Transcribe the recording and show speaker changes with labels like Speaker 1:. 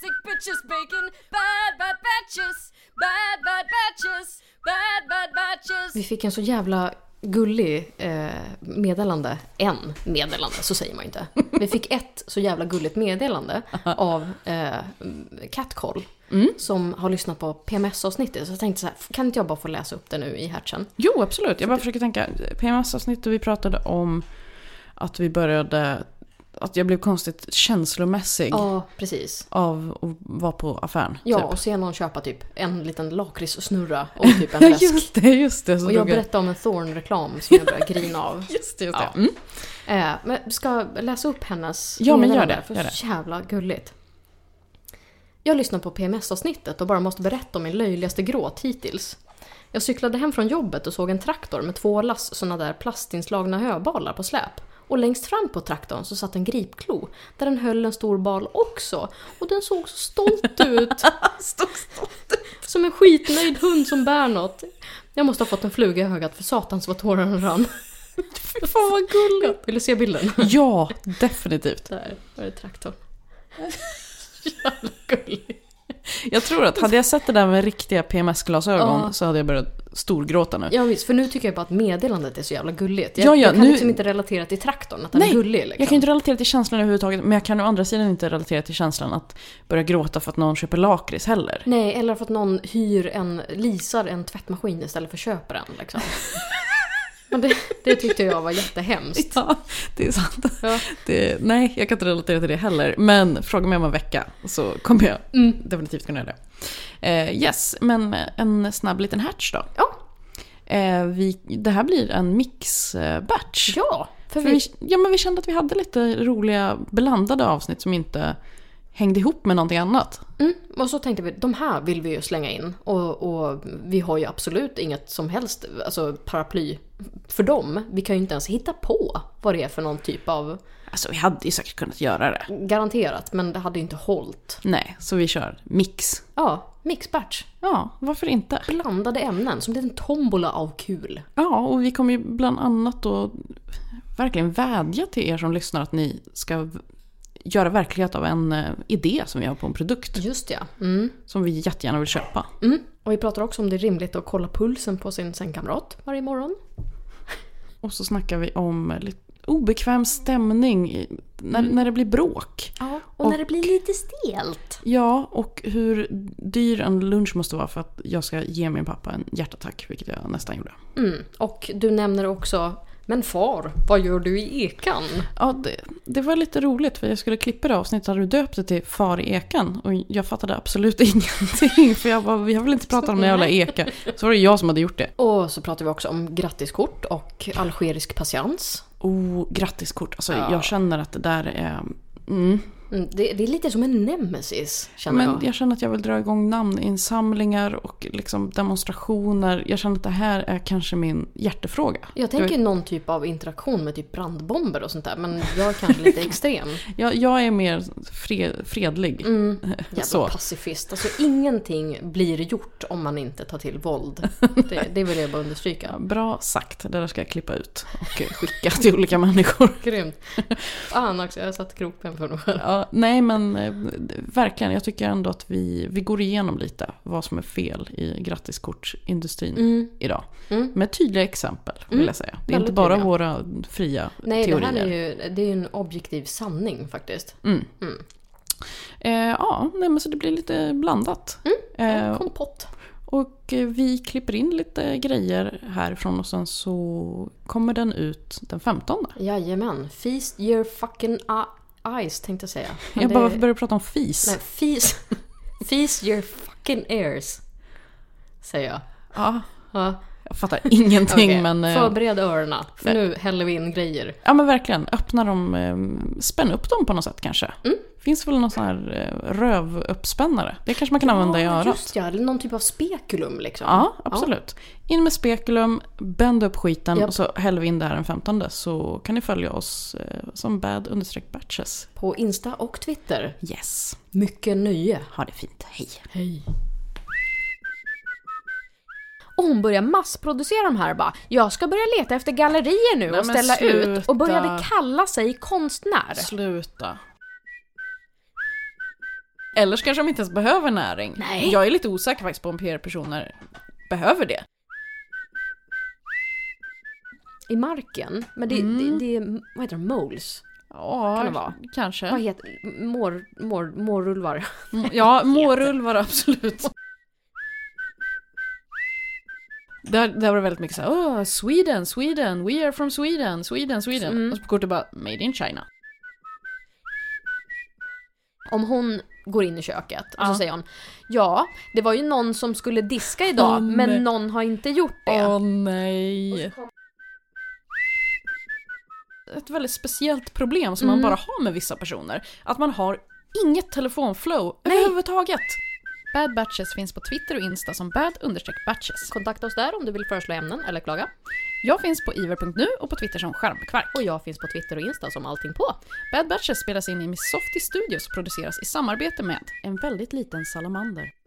Speaker 1: sandwiches, bacon, bad bad batches, bad bad batches, bad bad
Speaker 2: Vi
Speaker 1: batches.
Speaker 2: fick en så jävla gullig eh, meddelande. En meddelande, så säger man ju inte. Vi fick ett så jävla gulligt meddelande av eh, Catcall.
Speaker 3: Mm.
Speaker 2: Som har lyssnat på PMS-avsnittet. Så jag tänkte så här, kan inte jag bara få läsa upp det nu i hertzen?
Speaker 3: Jo, absolut. Jag bara försöker tänka. PMS-avsnittet vi pratade om att vi började... Att jag blev konstigt känslomässig
Speaker 2: Ja, precis.
Speaker 3: av att vara på affären.
Speaker 2: Ja,
Speaker 3: typ.
Speaker 2: och se någon köpa typ en liten lakritssnurra och typ en läsk.
Speaker 3: just det, just det. Så
Speaker 2: Och jag
Speaker 3: drog jag
Speaker 2: berättade om en Thorn-reklam som jag började grina av.
Speaker 3: Just det, just det.
Speaker 2: Ja.
Speaker 3: Mm.
Speaker 2: Eh, men ska jag läsa upp hennes
Speaker 3: Ja, men gör
Speaker 2: meddelande?
Speaker 3: det,
Speaker 2: För
Speaker 3: gör det.
Speaker 2: jävla gulligt. Jag lyssnar på PMS-avsnittet och bara måste berätta om min löjligaste gråt hittills. Jag cyklade hem från jobbet och såg en traktor med två lass såna där plastinslagna höbalar på släp. Och längst fram på traktorn så satt en gripklo där den höll en stor bal också. Och den såg så stolt ut. Som en skitnöjd hund som bär något. Jag måste ha fått en fluga i ögat för satans vad tårarna rann. Fy fan vad gulligt! Vill du se bilden?
Speaker 3: Ja, definitivt.
Speaker 2: Där var det traktorn. Jävla gullig.
Speaker 3: Jag tror att hade jag sett det där med riktiga PMS-glasögon
Speaker 2: Ja.
Speaker 3: så hade jag börjat storgråta nu.
Speaker 2: Ja visst, för nu tycker jag bara att meddelandet är så jävla gulligt. Jag,
Speaker 3: Ja, ja,
Speaker 2: jag kan
Speaker 3: nu-
Speaker 2: liksom inte relatera till traktorn, att den
Speaker 3: Nej,
Speaker 2: är gullig liksom.
Speaker 3: Jag kan inte relatera till känslan överhuvudtaget, men jag kan å andra sidan inte relatera till känslan att börja gråta för att någon köper lakrits heller.
Speaker 2: Nej, eller för att någon hyr en, leasar en tvättmaskin istället för köper en liksom. Men det, det tyckte jag var jättehemskt.
Speaker 3: Ja, det är sant.
Speaker 2: Ja.
Speaker 3: Det, nej, jag kan inte relatera till det heller. Men fråga mig om en vecka så kommer jag
Speaker 2: Mm.
Speaker 3: definitivt kunna göra det. Eh, yes, men en snabb liten hatch då.
Speaker 2: Ja,
Speaker 3: Eh, vi, det här blir en mix-batch.
Speaker 2: ja för
Speaker 3: För vi,
Speaker 2: vi,
Speaker 3: ja, men vi kände att vi hade lite roliga blandade avsnitt som inte hängde ihop med någonting annat.
Speaker 2: mm, och så tänkte vi, de här vill vi ju slänga in. Och, och vi har ju absolut inget som helst alltså, paraply för dem. Vi kan ju inte ens hitta på vad det är för någon typ av
Speaker 3: Alltså vi hade ju säkert kunnat göra det.
Speaker 2: Garanterat, men det hade ju inte hållit.
Speaker 3: Nej, så vi kör mix.
Speaker 2: Ja, mixbatch.
Speaker 3: Ja, varför inte?
Speaker 2: Blandade ämnen, som en liten tombola av kul.
Speaker 3: Ja, och vi kommer ju bland annat då verkligen vädja till er som lyssnar att ni ska v- göra verklighet av en eh, idé som vi har på en produkt
Speaker 2: Just ja. Mm.
Speaker 3: som vi jättegärna vill köpa.
Speaker 2: Mm. Och vi pratar också om det är rimligt att kolla pulsen på sin sängkamrat varje morgon.
Speaker 3: Och så snackar vi om eh, lite obekväm stämning i- när, när det blir bråk.
Speaker 2: Ja,
Speaker 3: och när
Speaker 2: det blir lite stelt.
Speaker 3: Ja, och hur dyr en lunch måste vara för att jag ska ge min pappa en hjärtattack, vilket jag nästan gjorde.
Speaker 2: Mm. Och du nämner också, men far, vad gör du i ekan?
Speaker 3: Ja, det, det var lite roligt för jag skulle klippa det avsnittet hade du döpt det till Far i ekan och jag fattade absolut ingenting för jag bara, vi har väl inte pratat om den jävla eka. Så var det jag som hade gjort det.
Speaker 2: Och så pratar vi också om grattiskort och algerisk patiens.
Speaker 3: Oh, grattiskort. Alltså
Speaker 2: Ja.
Speaker 3: jag känner att det där är... Mm.
Speaker 2: Mm. Det, det är lite som en nemesis, känner
Speaker 3: Men
Speaker 2: jag.
Speaker 3: jag känner att jag vill dra igång namninsamlingar och liksom demonstrationer. Jag känner att det här är kanske min hjärtefråga.
Speaker 2: Jag tänker någon typ av interaktion med typ brandbomber och sånt där, men jag är kanske lite extrem.
Speaker 3: Jag, jag är mer fred, fredlig.
Speaker 2: Jävla
Speaker 3: Så.
Speaker 2: pacifist. Alltså ingenting blir gjort om man inte tar till våld. Det, det vill jag bara understryka.
Speaker 3: Bra sagt. Det där ska jag klippa ut och eh, skicka till olika människor.
Speaker 2: Grymt. Fan också, jag satt kroppen för några.
Speaker 3: Ja, nej men eh, verkligen, jag tycker ändå att vi, vi går igenom lite vad som är fel i grattiskortsindustrin idag.
Speaker 2: Mm.
Speaker 3: Med tydliga exempel vill jag säga. Det är
Speaker 2: väldigt
Speaker 3: inte bara
Speaker 2: tydliga.
Speaker 3: våra fria
Speaker 2: Nej,
Speaker 3: teorier.
Speaker 2: det här är ju det är ju en objektiv sanning faktiskt.
Speaker 3: Mm.
Speaker 2: Mm.
Speaker 3: Eh, ja, nej, men så det blir lite blandat.
Speaker 2: Mm.
Speaker 3: Eh,
Speaker 2: Kompott.
Speaker 3: och eh, vi klipper in lite grejer härifrån och sen så kommer den ut den 15.
Speaker 2: Jajamän. Feast your fucking a- eyes tänkte jag säga. Men
Speaker 3: Jag
Speaker 2: det-
Speaker 3: bara varför börjar du prata om fis.
Speaker 2: Nej, feast, feast your fucking ears. Säger jag.
Speaker 3: Ja,
Speaker 2: Ja.
Speaker 3: jag fattar ingenting
Speaker 2: Okej,
Speaker 3: men... eh,
Speaker 2: Förbered öronen, för
Speaker 3: nej.
Speaker 2: nu häller vi in grejer.
Speaker 3: Ja men verkligen, öppna dem, eh, spänn upp dem på något sätt kanske. Finns väl någon sån här eh, rövuppspännare? Det kanske man kan använda i örat.
Speaker 2: Just ja, eller någon typ av spekulum liksom.
Speaker 3: Ja, absolut. In med spekulum, bänd upp skiten
Speaker 2: Japp.
Speaker 3: och så häller vi in det här den 15 så kan ni följa oss eh, som bad understreck batches.
Speaker 2: På Insta och Twitter.
Speaker 3: Yes,
Speaker 2: Mycket nöje.
Speaker 3: ha det fint, hej.
Speaker 2: Hej. Och hon börjar massproducera de här bara. Jag ska börja leta efter gallerier nu
Speaker 3: Nej,
Speaker 2: och
Speaker 3: men
Speaker 2: ställa ut.
Speaker 3: sluta.
Speaker 2: Och började kalla sig konstnär.
Speaker 3: Sluta. Eller så kanske de inte ens behöver näring.
Speaker 2: Nej.
Speaker 3: Jag är lite osäker faktiskt på om PR-personer behöver det.
Speaker 2: I marken. Men det,
Speaker 3: Mm.
Speaker 2: det, det är, vad heter de, moles?
Speaker 3: Ja,
Speaker 2: Kan det vara? Vad
Speaker 3: kanske.
Speaker 2: heter, mår, mår, mårulvar?
Speaker 3: Mm, Ja, mårulvar absolut. Där, där var det väldigt mycket såhär, oh, Sweden, Sweden, we are from Sweden, Sweden, Sweden.
Speaker 2: Mm.
Speaker 3: Och så på kortet bara, made in China.
Speaker 2: Om hon går in i köket och så
Speaker 3: Ja.
Speaker 2: säger hon Ja, det var ju någon som skulle diska idag
Speaker 3: Åh, nej.
Speaker 2: men någon har inte gjort det.
Speaker 3: Åh nej. Ett väldigt speciellt problem som
Speaker 2: Mm.
Speaker 3: man bara har med vissa personer. Att man har inget telefonflow
Speaker 2: Nej.
Speaker 3: överhuvudtaget. Bad Batches finns på Twitter och Insta som bad-batches.
Speaker 2: Kontakta oss där om du vill föreslå ämnen eller klaga.
Speaker 3: Jag finns på iver.nu och på Twitter som skärmkvark.
Speaker 2: Och jag finns på Twitter och Insta som allting på.
Speaker 3: Bad Batches spelas in i Missofty Studios och produceras i samarbete med en väldigt liten salamander.